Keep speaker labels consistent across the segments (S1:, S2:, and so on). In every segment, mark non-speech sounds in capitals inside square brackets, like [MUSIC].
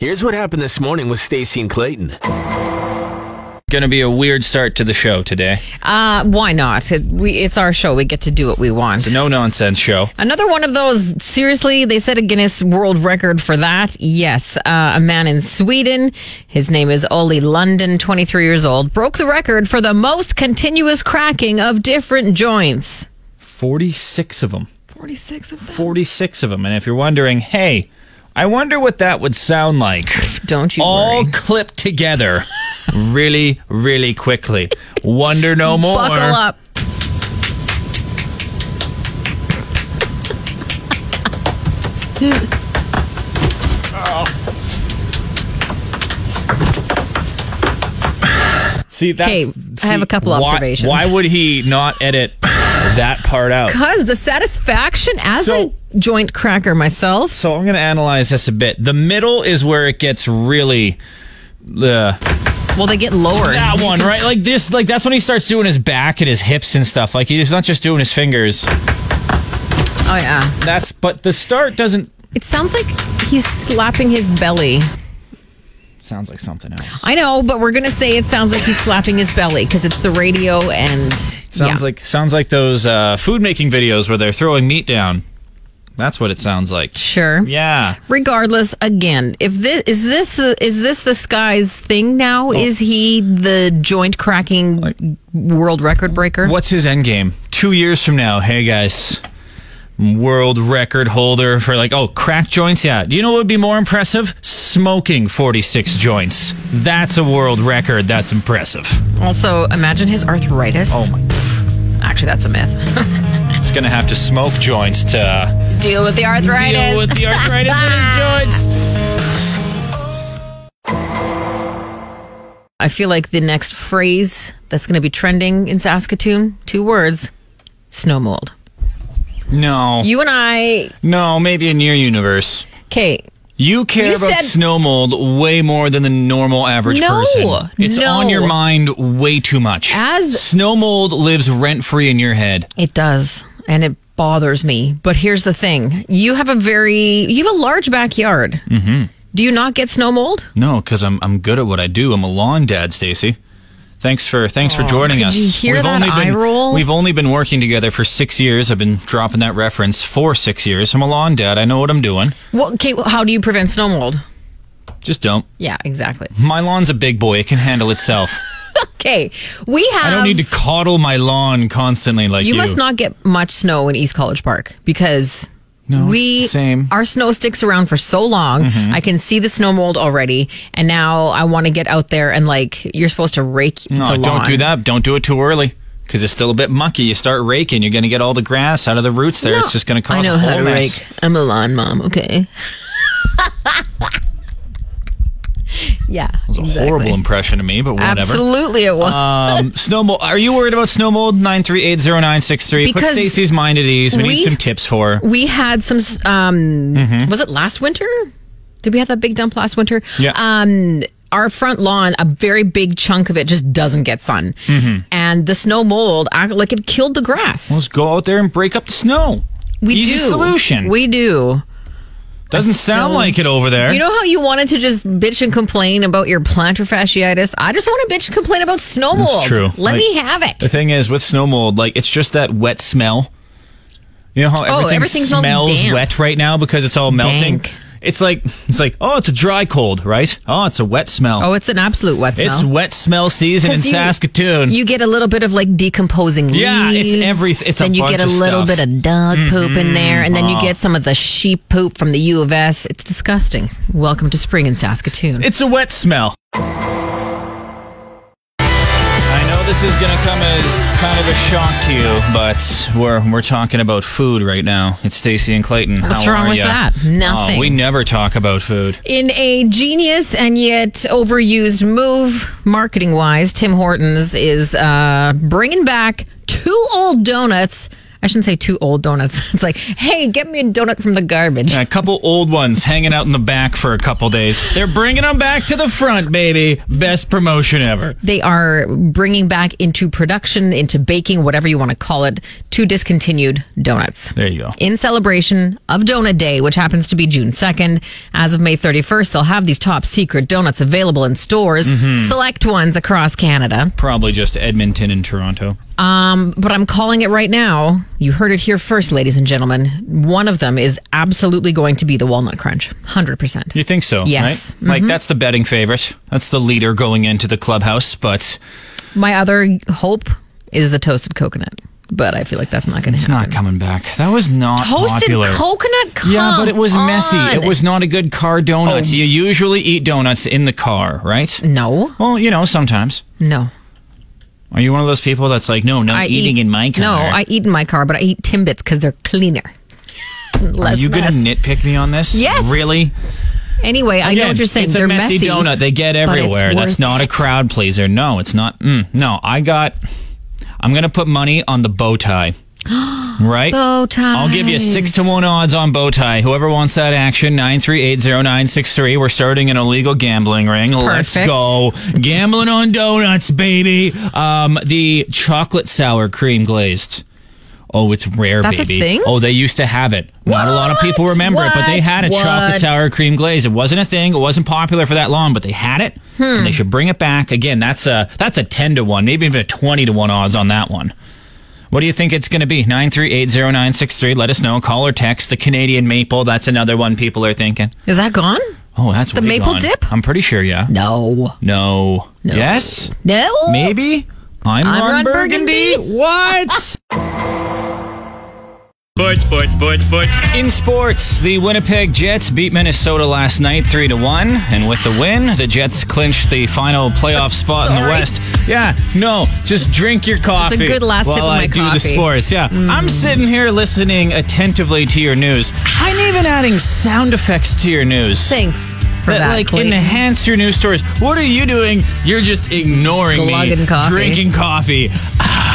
S1: Here's what happened this morning with Stacey and Clayton.
S2: Going to be a weird start to the show today.
S3: Uh, why not? It, we, it's our show. We get to do what we want.
S2: It's a no nonsense show.
S3: Another one of those, seriously, they set a Guinness World Record for that. Yes, uh, a man in Sweden, his name is Oli London, 23 years old, broke the record for the most continuous cracking of different joints.
S2: 46 of them.
S3: 46 of them.
S2: 46 of them. And if you're wondering, hey, I wonder what that would sound like.
S3: Don't you
S2: All
S3: worry.
S2: clipped together really, really quickly. Wonder no more.
S3: Buckle up.
S2: See, that's,
S3: Okay, I have
S2: see,
S3: a couple
S2: why-
S3: observations.
S2: Why would he not edit that part out?
S3: Because the satisfaction as
S2: So-
S3: a joint cracker myself.
S2: So I'm going to analyze this a bit. The middle is where it gets really. Uh,
S3: Well, they get lower.
S2: that one, right? Like this, like that's when he starts doing his back and his hips and stuff. Like he's not just doing his fingers.
S3: Oh, yeah.
S2: That's but the start doesn't
S3: It sounds like he's slapping his belly.
S2: sounds like something else.
S3: I know, but we're gonna say it sounds like he's slapping his belly because it's the radio and
S2: Sounds
S3: yeah.
S2: like sounds like those uh, food making videos where they're throwing meat down. That's what it sounds like.
S3: sure.
S2: Yeah.
S3: Regardless, again, if this is this the, is this this guy's thing now? Is he the joint cracking
S2: Like-
S3: world record breaker?
S2: What's his end game? Two years from now, hey guys, world record holder for like oh crack joints. Yeah. Do you know what would be more impressive? Smoking forty six joints. That's a world record. That's impressive.
S3: Also, imagine his arthritis.
S2: Oh my.
S3: Actually, that's a myth. [LAUGHS]
S2: It's gonna have to smoke joints to. uh,
S3: Deal with the arthritis.
S2: deal with the arthritis in his joints.
S3: [LAUGHS] I feel like the next phrase that's going to be trending in Saskatoon, two words, snow mold.
S2: No,
S3: You and I,
S2: no, maybe in your universe.
S3: okay,
S2: You care
S3: You
S2: about
S3: said-
S2: snow mold way more than the normal average
S3: No,
S2: person. It's
S3: no.
S2: on your mind way too much.
S3: As-
S2: snow mold lives rent free in your head.
S3: It does, and it bothers me. But here's the thing: you have a very you have a large backyard. Mm-hmm. Do you not get snow mold?
S2: No, because I'm I'm good at what I do. I'm a lawn dad, Stacy. Thanks for thanks for joining
S3: Oh, could
S2: us.
S3: you hear that eye
S2: been,
S3: roll?
S2: We've only been working together for six years. I've been dropping that reference for six years. I'm a lawn dad. I know what I'm doing.
S3: Well, okay. Well, how do you prevent snow mold?
S2: Just don't.
S3: Yeah, exactly.
S2: My lawn's a big boy. It can handle itself.
S3: Okay, we have.
S2: I don't need to coddle my lawn constantly like you.
S3: Um, You must not get much snow in East College Park because
S2: No, it's
S3: we
S2: the same. Mm-hmm.
S3: our snow sticks around for so long. I can see the snow mold already, and now I want to get out there and like you're supposed to rake
S2: No,
S3: the lawn.
S2: don't do that. Don't do it too early because it's still a bit mucky. You start raking, you're going to get all the grass out of the roots there.
S3: No.
S2: It's just going to cause
S3: I know
S2: a
S3: how
S2: whole
S3: to
S2: mess.
S3: rake. I'm a lawn mom. Okay. [LAUGHS] yeah. It
S2: It's a horrible impression of me, but whatever.
S3: Absolutely, it was. [LAUGHS]
S2: Um, snow mold. Are you worried about snow mold? Nine three eight zero nine six three. Put
S3: Because
S2: Stacy's mind at ease. We, need
S3: we-
S2: some tips for. her.
S3: we had some. s- Um,
S2: Mm-hmm.
S3: Was it last winter? Did we have that big dump last winter?
S2: Yeah.
S3: Um, our front lawn, a very big chunk of it just doesn't get sun,
S2: Mm-hmm.
S3: and the snow mold, I, like it killed the grass.
S2: Let's go out there and break up the snow.
S3: we
S2: Easy
S3: do
S2: solution.
S3: We do.
S2: Doesn't sound
S3: still-
S2: like it over there.
S3: You know how you wanted to just bitch and complain about your plantar fasciitis? I just want to bitch and complain about snow mold.
S2: That's true.
S3: Let
S2: Like-
S3: me have it.
S2: The thing is, with snow mold, like it's just that wet smell. You know how everything,
S3: Oh, everything smells damp.
S2: wet right now because it's all melting.
S3: Dank.
S2: It's like it's like oh, it's a dry cold, right? Oh, it's a wet smell.
S3: Oh, it's an absolute wet smell.
S2: it's wet smell season in
S3: [LAUGHS] 'Cause you-
S2: Saskatoon.
S3: You get a little bit of like decomposing leaves.
S2: Yeah, it's everyth- it's a
S3: Then you
S2: bunch
S3: get
S2: of
S3: a little
S2: stuff. Mm-hmm.
S3: bit of dog poop in there, and then you get some of the sheep poop from the U of S. It's disgusting. Welcome to spring in Saskatoon.
S2: it's a wet smell. I know this is gonna come as kind of a shock to you, but we're we're talking about food right now. It's Stacy and Clayton.
S3: What's
S2: How
S3: wrong
S2: are
S3: with
S2: ya?
S3: that?
S2: Oh,
S3: Nothing.
S2: we never talk about food.
S3: In a genius and yet overused move, marketing wise, Tim Hortons is uh, bringing back two old donuts I shouldn't say two old donuts. [LAUGHS] It's like, hey, get me a donut from the garbage.
S2: A couple old ones hanging out in the back for a couple days. They're bringing them back to the front, baby. Best promotion ever.
S3: They are bringing back into production, into baking, whatever you want to call it, two discontinued donuts.
S2: There you go.
S3: in celebration of Donut Day, which happens to be June 2nd. As of May 31st, they'll have these top secret donuts available in stores, select ones across Canada.
S2: Probably just Edmonton and Toronto.
S3: Um, but I'm calling it right now. You heard it here first, ladies and gentlemen. One of them is absolutely going to be the walnut crunch, 100%.
S2: You think so?
S3: Yes. Mm-hmm.
S2: Right? Like that's the betting favorite. That's the leader going into the clubhouse, but
S3: My other hope is the toasted coconut, but I feel like that's not going to
S2: it's
S3: happen.
S2: not coming back. That was not
S3: Mm. Toasted
S2: popular.
S3: coconut? Come
S2: yeah, but it was messy. It
S3: on.
S2: was not a good car donuts.
S3: Oh. Mm.
S2: You usually eat donuts in the car, right?
S3: No,
S2: Well, you know, sometimes.
S3: no.
S2: Are you one of those people that's like, no, no
S3: I
S2: eating
S3: eat-
S2: in my car?
S3: No, I eat in my car, but I eat Timbits because they're cleaner.
S2: Are
S3: [LAUGHS] Less
S2: you going to
S3: mess.
S2: nitpick me on this?
S3: Yes.
S2: Really?
S3: Anyway, I know
S2: Again,
S3: what you're saying.
S2: It's
S3: they're
S2: a messy,
S3: messy
S2: donut. They get
S3: but it's
S2: everywhere. That's
S3: worth
S2: not a
S3: it.
S2: crowd pleaser. No, it's not. Mm, no, I got. I'm gonna put money on the bow
S3: [GASPS]
S2: tie. Right?
S3: Bow ties.
S2: I'll give you six to one odds on bow tie. Whoever wants that action, 9380963. We're starting an illegal gambling ring. Let's
S3: Perfect.
S2: go. Gambling on donuts, baby. Um, the chocolate sour cream glazed. Oh, it's rare,
S3: That's a
S2: baby.
S3: thing?
S2: Oh, they used to have it. Not a lot of people
S3: What?
S2: remember it, but they
S3: What?
S2: had a
S3: What?
S2: chocolate sour cream glaze. It wasn't a thing. It wasn't popular for that long, but they had it. And
S3: Hmm.
S2: they should bring it back. Again, that's a that's a ten to one, maybe even a twenty to one odds on that one. What do you think it's going to be? 9380963. Let us know. Call or text the Canadian maple. That's another one people are thinking.
S3: Is that gone?
S2: Oh, that's
S3: The
S2: way
S3: maple
S2: gone.
S3: dip?
S2: I'm pretty sure, yeah.
S3: No.
S2: No. Yes?
S3: No.
S2: Maybe? I'm,
S3: I'm
S2: Ron
S3: Ron
S2: Burgundy.
S3: Burgundy.
S2: What? Sports, sports, sports, sports. In sports, the Winnipeg Jets beat Minnesota last night 3 to 1. And with the win, the Jets clinched the final playoff spot in the
S3: Sorry.
S2: West. Yeah, no, just drink your coffee.
S3: good last sip
S2: while
S3: of
S2: I
S3: my
S2: do the
S3: coffee. Mm.
S2: sports. Yeah, I'm sitting here listening attentively to your news. I'm even adding sound effects to your news
S3: Thanks for that.
S2: that, like
S3: Clayton.
S2: enhance your news stories. What are you doing? You're just ignoring me.
S3: Glugging coffee.
S2: Drinking coffee. Ah,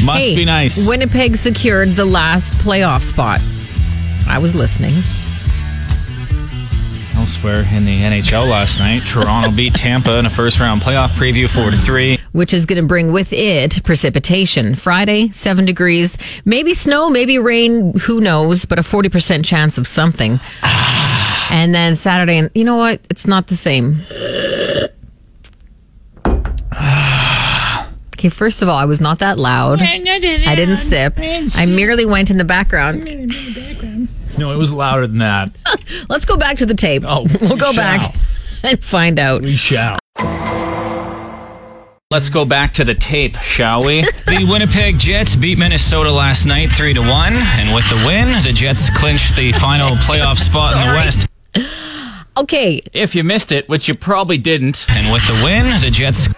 S2: must
S3: Hey,
S2: be nice.
S3: Winnipeg secured the last playoff spot. I was listening.
S2: Elsewhere in the NHL last night, Toronto beat Tampa in a first-round playoff preview, four to three.
S3: Which is going to bring with it precipitation. Friday, seven degrees, maybe snow, maybe rain, who knows, but a 40% chance
S2: [SIGHS]
S3: of something. and then Saturday, and you know what? It's not the same.
S2: [SIGHS]
S3: okay, first of all, I was not that loud. I didn't sip. I merely went in the background.
S2: No, it was louder than that.
S3: Let's go back to the tape.
S2: Oh,
S3: [LAUGHS] we'll
S2: we
S3: go
S2: shall.
S3: back [LAUGHS] and find out.
S2: Shall. Let's go back to the tape, shall we? the Winnipeg Jets beat Minnesota last night 3 to 1, and with the win, the Jets clinched the final playoff spot in the
S3: Sorry.
S2: West.
S3: Okay,
S2: If you missed it, which you probably didn't. And with the win, the Jets.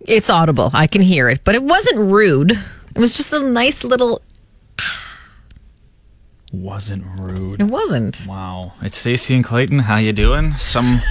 S3: it's audible. I can hear it, but it wasn't rude. It was just a nice little.
S2: Wasn't
S3: It
S2: rude.
S3: wasn't.
S2: Wow. It's Stacey and Clayton. How you doing? Some.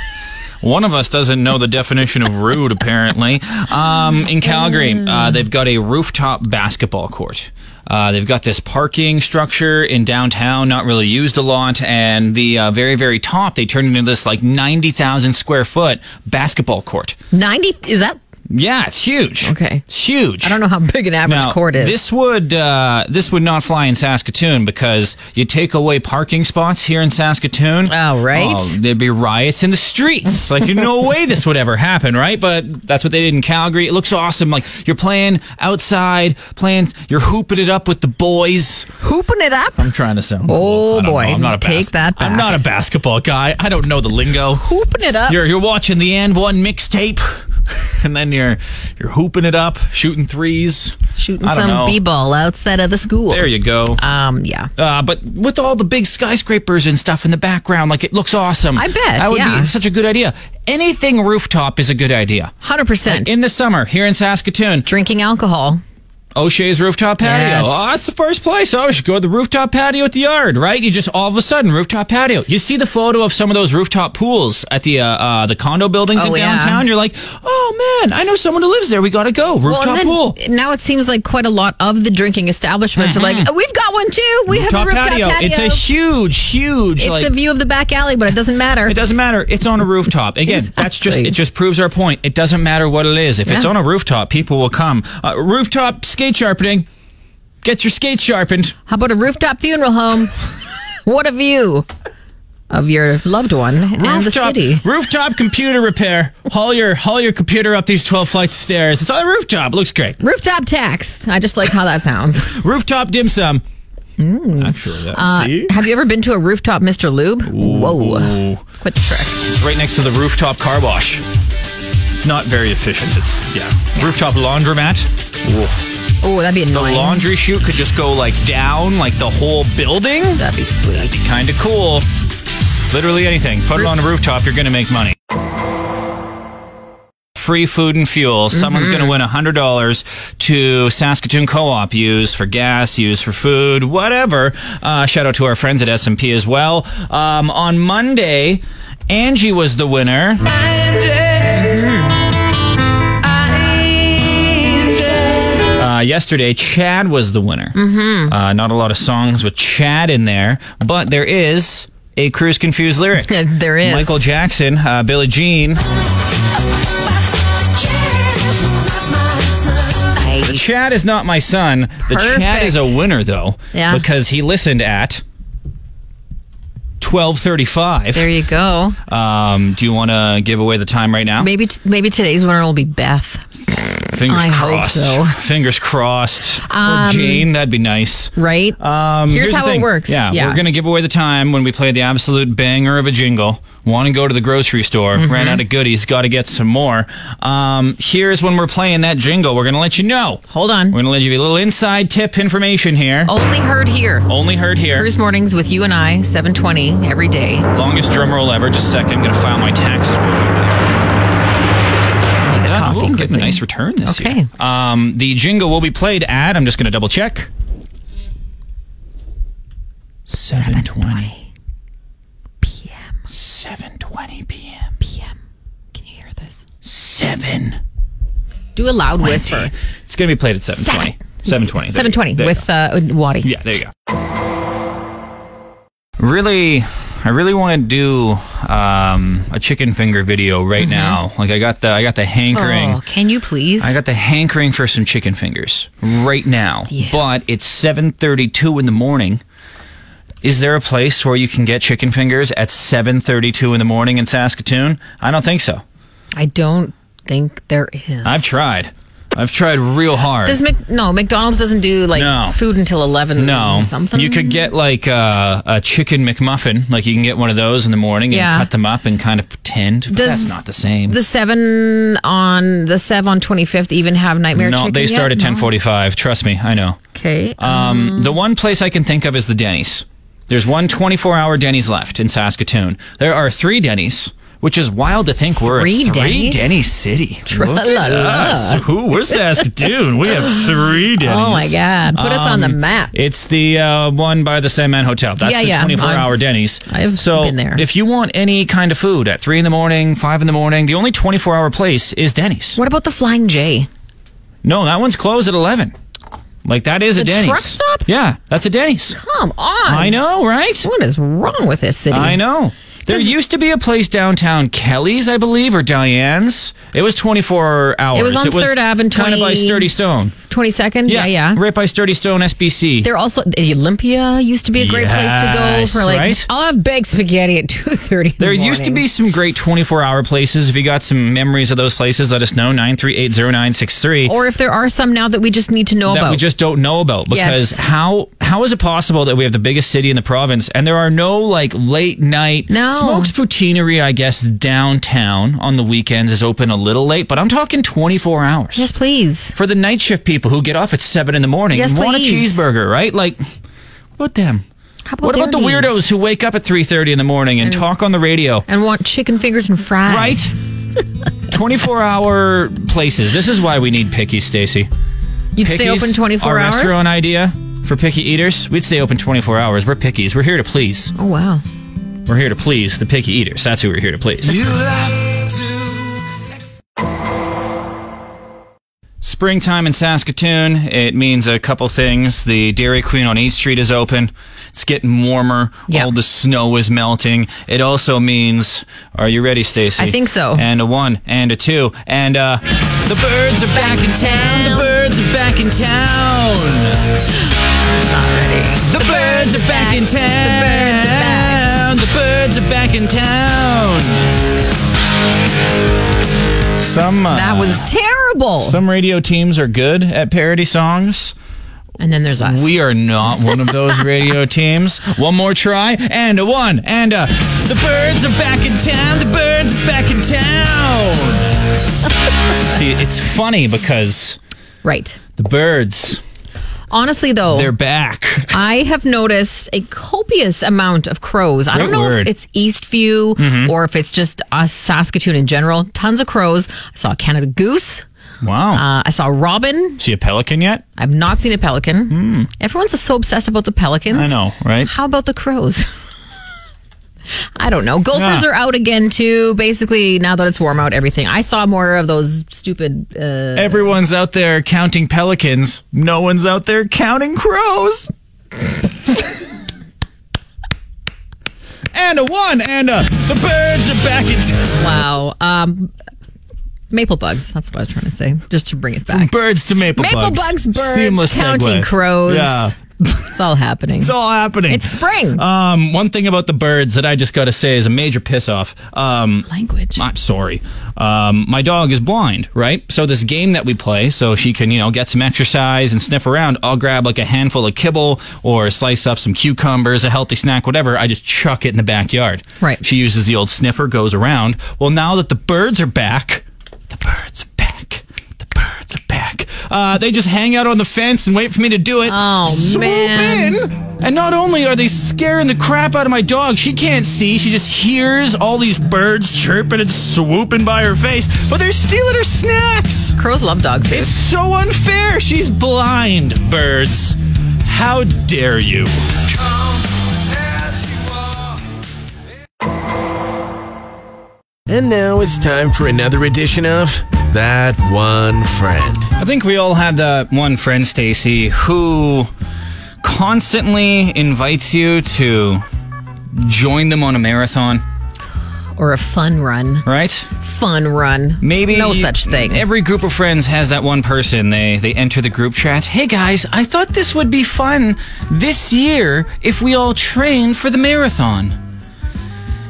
S2: One of us doesn't know the definition of rude, apparently. Um, in Calgary, uh, they've got a rooftop basketball court. Uh, they've got this parking structure in downtown, not really used a lot, and the uh, very, very top they turned into this like ninety thousand square foot basketball court.
S3: Ninety is that?
S2: Yeah, it's huge.
S3: Okay.
S2: it's huge.
S3: I don't know how big an average
S2: Now,
S3: court is.
S2: This would uh, this would not fly in Saskatoon because you take away parking spots here in Saskatoon.
S3: Oh, right.
S2: there'd be riots in the
S3: [LAUGHS]
S2: streets. Like no way this would ever happen, right? But that's what they did in Calgary. It looks awesome. Like you're playing outside, playing you're hooping it up with the boys.
S3: Hooping it up,
S2: I'm trying to sound.
S3: Oh,
S2: cool. I don't
S3: boy.
S2: know. I'm not a
S3: Take
S2: bas-
S3: that
S2: I'm
S3: back. Uh.
S2: not a basketball guy. I don't know the lingo.
S3: hooping it up.
S2: You're you're watching the and one mixtape, [LAUGHS] and then you're you're hooping it up, shooting threes,
S3: shooting
S2: I don't know.
S3: some b-ball outside of the school.
S2: There you go.
S3: Um, yeah.
S2: Uh, but with all the big skyscrapers and stuff in the background, like it looks awesome.
S3: I bet,
S2: that would
S3: yeah.
S2: be such a good idea. Anything rooftop is a good idea.
S3: 100%.
S2: In the summer here in Saskatoon,
S3: Drinking alcohol.
S2: O'Shea's rooftop patio.
S3: Yes.
S2: Oh, that's the first place. Oh, we should go to the rooftop patio at the yard, right? You just all of a sudden rooftop patio. You see the photo of some of those rooftop pools at the uh, uh, the condo buildings
S3: Oh,
S2: in
S3: yeah.
S2: downtown. You're like, oh man, I know someone who lives there. We gotta go rooftop
S3: and then
S2: pool.
S3: now it seems like quite a lot of the drinking establishments are like, "Oh, we've got one too. We have a rooftop patio.
S2: Mm-hmm. It's a huge, huge.
S3: It's
S2: like,
S3: a view of the back alley, but it doesn't matter.
S2: It doesn't matter. It's on a rooftop. Again, that's just
S3: Exactly.
S2: it. Just proves our point. It doesn't matter what it is. If it's
S3: Yeah.
S2: on a rooftop, people will come. Uh, rooftop skate sharpening. Get your skate sharpened.
S3: How about a rooftop funeral home? what a view of your loved one and the
S2: rooftop,
S3: city.
S2: rooftop computer repair. haul your haul your computer up these twelve flights of stairs. It's on the rooftop. Looks great.
S3: Rooftop tax. I just like how
S2: [LAUGHS]
S3: that sounds.
S2: Rooftop dim sum.
S3: Hmm.
S2: Actually, that,
S3: Uh,
S2: see,
S3: Have you ever been to a rooftop Mr. Lube? Whoa. It's quite the trick.
S2: it's right next to the rooftop car wash. It's not very efficient. It's yeah. Rooftop laundromat. Oof.
S3: Oh, that'd be
S2: The
S3: annoying.
S2: laundry chute could just go like down, like the whole building.
S3: that'd be sweet.
S2: Kind of cool. Literally anything. Put it on a rooftop, you're going to make money. Free food and fuel. Someone's going to win $100 to Saskatoon Co-op. Use for gas, use for food, whatever. Uh, shout out to our friends at S&P as well. Um, on Monday, Angie was the winner. Uh, yesterday, Chad was the winner. Mm-hmm. Uh, not a lot of songs with Chad in there, but there is a Cruise Confused lyric.
S3: There is.
S2: Michael Jackson, uh, Billie Jean. The Chad is not my son. The Chad
S3: Perfect.
S2: is a winner though,
S3: Yeah.
S2: because he listened at twelve
S3: There
S2: thirty-five.
S3: you go.
S2: Um, do you want to give away the time right now?
S3: Maybe t- maybe today's winner will be Beth.
S2: Fingers
S3: I hope
S2: crossed.
S3: so.
S2: Fingers crossed. or
S3: Um,
S2: Jane, that'd be nice.
S3: right?
S2: Um,
S3: Here's
S2: the
S3: how it
S2: thing.
S3: works.
S2: Yeah,
S3: Yeah.
S2: we're gonna give away the time when we play the absolute banger of a jingle. Want to go to the grocery store?
S3: Mm-hmm.
S2: Ran out of goodies. Got to get some more. Um, here's when we're playing that jingle. We're gonna let you know.
S3: Hold on. Oh.
S2: We're gonna let you a little inside tip information here.
S3: Only heard here.
S2: Only heard here.
S3: Cruise mornings with you and I, 720 every day. Make
S2: Longest drum roll ever. Just a second. Gonna file my taxes. real quick.
S3: a
S2: Done.
S3: coffee
S2: Ooh, getting a
S3: quickly.
S2: nice return this
S3: Okay.
S2: year. Um, the jingle will be played at. I'm just gonna double check. Seven twenty.
S3: PM.
S2: Seven twenty p.m.
S3: PM. Can you hear this?
S2: Seven.
S3: Do a loud whisper.
S2: It's going to be played at 720. 720. There you go.
S3: 720
S2: There you
S3: with
S2: go.
S3: uh, Waddy.
S2: Yeah, there you go. Really, I really want to do um, a chicken finger video right now. Like I got the I got the hankering.
S3: Mm-hmm. Oh, can you please?
S2: I got the hankering for some chicken fingers right now.
S3: Yeah.
S2: But it's 7:32 in the morning. Is there a place where you can get chicken fingers at 7:32 in the morning in Saskatoon? I don't think so.
S3: I don't think there is.
S2: I've tried. I've tried real hard.
S3: Does Mc- no McDonald's doesn't do like
S2: No.
S3: food until eleven
S2: No,
S3: something.
S2: You could get like uh, a chicken McMuffin. Like you can get one of those in the morning and
S3: Yeah.
S2: cut them up and kind of pretend. But
S3: Does
S2: that's not the same.
S3: the seven on the sev on twenty fifth even have nightmare.
S2: no,
S3: chicken
S2: they
S3: yet?
S2: start at
S3: No.
S2: ten forty-five. Trust me, I know.
S3: Okay,
S2: Um, the one place I can think of is the Denny's. There's one 24-hour Denny's left in Saskatoon. There are three Denny's, which is wild to think we're
S3: Three
S2: a three
S3: Denny's?
S2: Denny city. Look at
S3: Tra-la-la.
S2: us. Who we're Saskatoon? We have three Denny's.
S3: [LAUGHS] Oh my God! Put us on the
S2: Um,
S3: map.
S2: It's the uh, one by the Sandman Hotel. That's
S3: Yeah,
S2: the
S3: yeah.
S2: 24 hour
S3: I've-
S2: Denny's.
S3: I've
S2: so
S3: been there.
S2: If you want any kind of food at 3 in the morning, 5 in the morning, the only 24 hour place is Denny's.
S3: What about the Flying J?
S2: No, that one's closed at 11. Like, that is a
S3: The
S2: Denny's.
S3: truck stop?
S2: Yeah, that's a Denny's.
S3: Come on!
S2: I know, right?
S3: What is wrong with this city?
S2: I know. There used to be a place downtown, Kelly's, I believe, or Diane's. It was 24 hours.
S3: It was on 3rd Ave and
S2: Kind of by
S3: 20
S2: Sturdy Stone.
S3: Twenty second. Yeah, yeah.
S2: Right by Sturdy Stone SBC.
S3: They're also the Olympia used to be a great place
S2: Yes,
S3: to go for like.
S2: right?
S3: I'll have baked spaghetti at [LAUGHS] two thirty.
S2: There used to be some great 24 hour places. If you got some memories of those places, let us know 9380963
S3: or if there are some now that we just need to know
S2: that
S3: Oh, about.
S2: we just don't know about because
S3: Yes.
S2: how how is it possible that we have the biggest city in the province and there are no like late night
S3: No.
S2: Smokes Poutineery, I guess downtown on the weekends is open a little late, but I'm talking 24 hours.
S3: yes, please.
S2: For the night shift people who get off at 7 in the morning
S3: Yes,
S2: and want a
S3: please.
S2: cheeseburger, right? Like what about them?
S3: How about
S2: What about the
S3: their needs?
S2: weirdos who wake up at 3:30 in the morning and talk on the radio?
S3: and want chicken fingers and fries? [LAUGHS]
S2: Right? 24 hour places. This is why we need picky, Stacy.
S3: You'd stay
S2: Pickies,
S3: open 24
S2: our
S3: hours?
S2: restaurant idea for picky eaters. We'd stay open 24 hours. We're pickies. We're here to please.
S3: Oh, wow.
S2: We're here to please the picky eaters. That's who we're here to please.
S1: You have to.
S2: Springtime in Saskatoon, it means a couple things. The Dairy Queen on 8th Street is open. It's getting warmer.
S3: Yeah.
S2: All the snow is melting. It also means, are you ready, Stacy?
S3: I think so.
S2: And a one, and a two, and uh, the birds are back in town. The birds are back in town. The birds are back in town. The birds are back in town. Some uh,
S3: That was terrible.
S2: some radio teams are good at parody songs.
S3: and then there's us.
S2: We are not one of those
S3: [LAUGHS]
S2: radio teams. One more try, and a one, and a. The birds are back in town. The birds are back in town. See, it's funny because
S3: right.
S2: the birds,
S3: Honestly, though,
S2: they're back.
S3: I have noticed a copious amount of crows. I
S2: Great
S3: don't know
S2: word. Mm-hmm.
S3: if it's Eastview or if it's just us, Saskatoon in general. Tons of crows. I saw a Canada goose.
S2: Wow.
S3: Uh, I saw a robin.
S2: See a pelican yet?
S3: I've not seen a pelican. Everyone's so obsessed about the pelicans.
S2: Hmm. I know, right?
S3: How about the crows? [LAUGHS] I don't know. Gophers
S2: Yeah.
S3: are out again too. Basically, now that it's warm out, everything. I saw more of those stupid. Uh,
S2: Everyone's out there counting pelicans. No one's out there counting
S3: [LAUGHS]
S2: crows. and a one, and a. The birds are back in town.
S3: wow. Um, maple bugs. That's what I was trying to say. Just to bring it back.
S2: birds to maple,
S3: Maple
S2: bugs.
S3: bugs, birds,
S2: Seamless
S3: counting
S2: segue.
S3: crows.
S2: Yeah,
S3: It's all
S2: [LAUGHS]
S3: happening.
S2: it's all happening.
S3: It's spring.
S2: Um, one thing about the birds that I just got to say is a major piss off. Um,
S3: Language.
S2: I'm sorry. Um, my dog is blind, right? So this game that we play, so she can, you know, get some exercise and sniff around. I'll grab like a handful of kibble or slice up some cucumbers, a healthy snack, whatever. I just chuck it in the backyard.
S3: Right.
S2: She uses the old sniffer, goes around. Well, now that the birds are back, the birds are back. The birds are back. Uh, they just hang out on the fence and wait for me to do it.
S3: Oh,
S2: Swoop
S3: man.
S2: in. And not only are they scaring the crap out of my dog, she can't see. She just hears all these birds chirping and swooping by her face, but they're stealing her snacks.
S3: Crows love dog food.
S2: It's so unfair. She's blind, birds. How dare you?
S1: And now it's time for another edition of That One Friend.
S2: I think we all had that one friend, Stacy, who constantly invites you to join them on a marathon,
S3: or a fun run.
S2: right?
S3: Fun run.
S2: Maybe
S3: no such thing.
S2: Every group of friends has that one person. They they enter the group chat. Hey guys, I thought this would be fun this year if we all train for the marathon.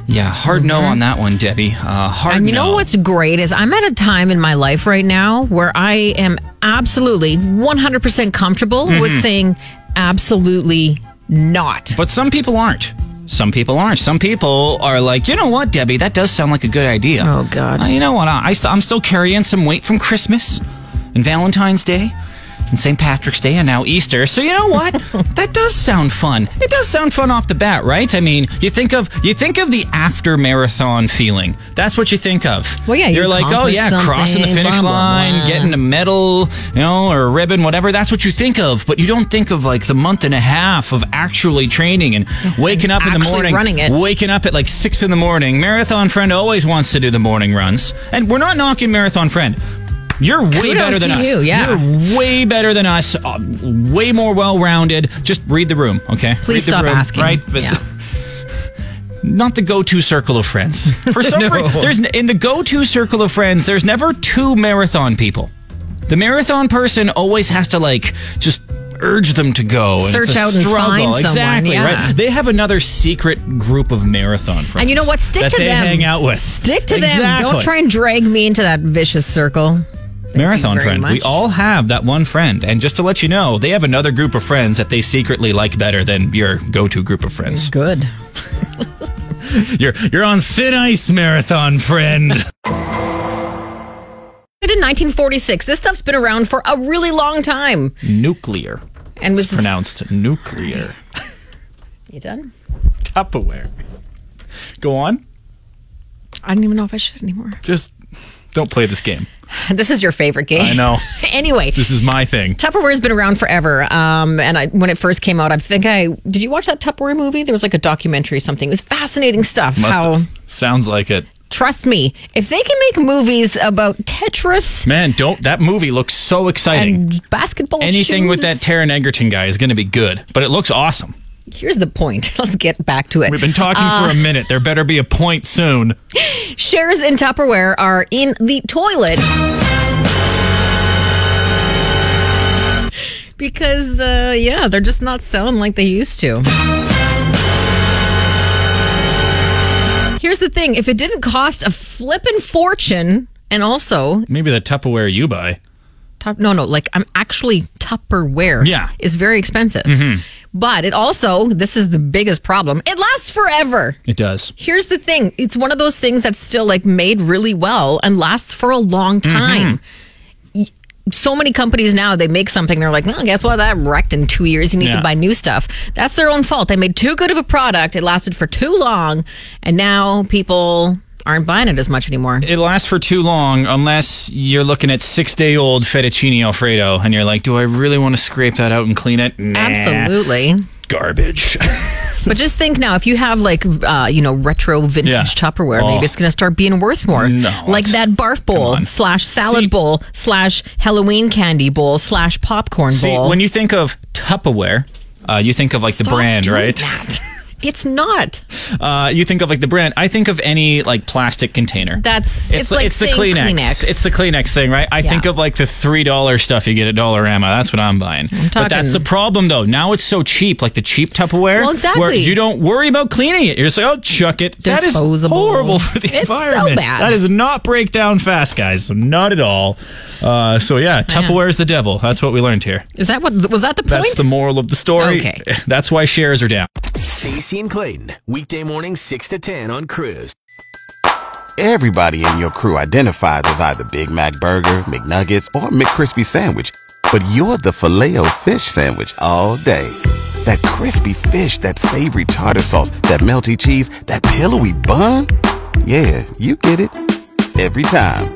S2: Yeah, hard no on that one, Debbie. Uh, hard
S3: Mm-hmm. and you
S2: no.
S3: know what's great is I'm at a time in my life right now where I am absolutely 100% comfortable
S2: Mm-hmm.
S3: with saying absolutely not.
S2: But some people aren't. Some people aren't. Some people are like, you know what, Debbie, that does sound like a good idea.
S3: Oh, God.
S2: Uh, you know what? I, I st- I'm still carrying some weight from Christmas and Valentine's Day and St. Patrick's Day and now Easter. So you know
S3: [LAUGHS]
S2: what? that does sound fun. It does sound fun off the bat, right? I mean, you think of you think of the after marathon feeling. That's what you think of.
S3: Well, yeah, you
S2: you're like, oh
S3: accomplished
S2: yeah, crossing the
S3: something,
S2: finish
S3: blah, blah,
S2: line,
S3: blah.
S2: getting a a medal, you know, or a ribbon, whatever. That's what you think of, but you don't think of like the month and a half of actually training
S3: [LAUGHS]
S2: and waking up in the
S3: Actually
S2: morning,
S3: running it.
S2: waking up at like six in the morning. Marathon friend always wants to do the morning runs, and we're not knocking marathon friend. You're way
S3: Kudos
S2: better than
S3: to
S2: us.
S3: you, yeah.
S2: You're way better than us. uh, way more well-rounded. Just read the room, okay?
S3: Please
S2: Read the
S3: stop
S2: room,
S3: asking.
S2: Right? But-
S3: Yeah.
S2: not the go-to circle of
S3: [LAUGHS]
S2: friends. For some
S3: No.
S2: reason, there's in the go-to circle of friends, there's never two marathon people. The marathon person always has to like just urge them to go and
S3: Search
S2: it's a
S3: out and
S2: struggle.
S3: find someone,
S2: exactly
S3: yeah.
S2: right. They have another secret group of marathon friends,
S3: And you know what? Stick
S2: that
S3: to
S2: they
S3: them.
S2: Hang out with.
S3: Stick to them.
S2: Exactly.
S3: Don't try and drag me into that vicious circle.
S2: Marathon
S3: very
S2: friend. We
S3: much.
S2: all have that one friend. And just to let you know, they have another group of friends that they secretly like better than your go to group of friends.
S3: Good.
S2: You're you're on thin ice, marathon friend.
S3: In 1946, this stuff's been around for a really long time.
S2: nuclear.
S3: And was
S2: It's pronounced nuclear.
S3: you done?
S2: Tupperware. Go on.
S3: I don't even know if I should anymore.
S2: Just Don't play this game.
S3: [LAUGHS] This is your favorite game.
S2: I know.
S3: [LAUGHS] anyway,
S2: This is my thing.
S3: Tupperware's been around forever. Um, and I, when it first came out, I think I did. You watch that Tupperware movie? There was like a documentary, or something. It was fascinating stuff.
S2: Must
S3: how
S2: sounds like it.
S3: trust me, if they can make movies about Tetris
S2: Man, don't that movie looks so exciting.
S3: and basketball,
S2: Anything with that
S3: shoes-
S2: Taron Egerton guy is going to be good, but it looks awesome.
S3: Here's the point. [LAUGHS] Let's get back to it.
S2: We've been talking
S3: Uh.
S2: for a minute. There better be a point soon.
S3: Shares in Tupperware are in the toilet. Because, uh, yeah, they're just not selling like they used to. Here's the thing if it didn't cost a flippin' fortune, and also,
S2: Maybe the Tupperware you buy.
S3: Tup- no, no, like I'm actually Tupperware
S2: Yeah.
S3: is very expensive. But it also, this is the biggest problem, it lasts forever.
S2: It does.
S3: Here's the thing. It's one of those things that's still like made really well and lasts for a long time. Y- So many companies now they make something they're like, well, guess what? That wrecked in two years. You need
S2: Yeah.
S3: to buy new stuff. That's their own fault. They made too good of a product. It lasted for too long, and now people aren't buying it as much anymore.
S2: It lasts for too long unless you're looking at six day old fettuccine alfredo and you're like, do I really want to scrape that out and clean it? Nah,
S3: Absolutely.
S2: Garbage. [LAUGHS]
S3: But just think now, if you have like uh, you know retro vintage
S2: Yeah.
S3: Tupperware,
S2: Oh.
S3: maybe it's going to start being worth more.
S2: No,
S3: like
S2: it's-
S3: that barf bowl slash salad
S2: See-
S3: bowl slash Halloween candy bowl slash popcorn
S2: See,
S3: bowl.
S2: when you think of Tupperware, uh, you think of like the
S3: Stop
S2: brand,
S3: doing
S2: right?
S3: that. [LAUGHS] It's not.
S2: Uh, you think of like the brand. I think of any like plastic container.
S3: That's it's, like
S2: it's the
S3: saying
S2: Kleenex. It's the Kleenex thing, right? I think of like the three dollar stuff you get at Dollarama. That's what I'm buying. but that's
S3: talking-
S2: the problem, though. Now it's so cheap, like the cheap Tupperware.
S3: Well, exactly.
S2: Where you don't worry about cleaning it. You're just like, oh, chuck it. That is
S3: Disposable.
S2: horrible for the
S3: It's so
S2: environment.
S3: bad.
S2: That is not break down fast, guys. Not at all. Uh, so yeah, Tupperware is the devil. That's what we learned here.
S3: Is that what was that the point?
S2: That's the moral of the story.
S3: Okay.
S2: That's why shares are down.
S1: Stacey and Clayton, weekday mornings 6 to 10 on Cruise.
S4: Everybody in your crew identifies as either Big Mac Burger, McNuggets, or McCrispy Sandwich. But you're the filet fish Sandwich all day. That crispy fish, that savory tartar sauce, that melty cheese, that pillowy bun. Yeah, you get it. Every time.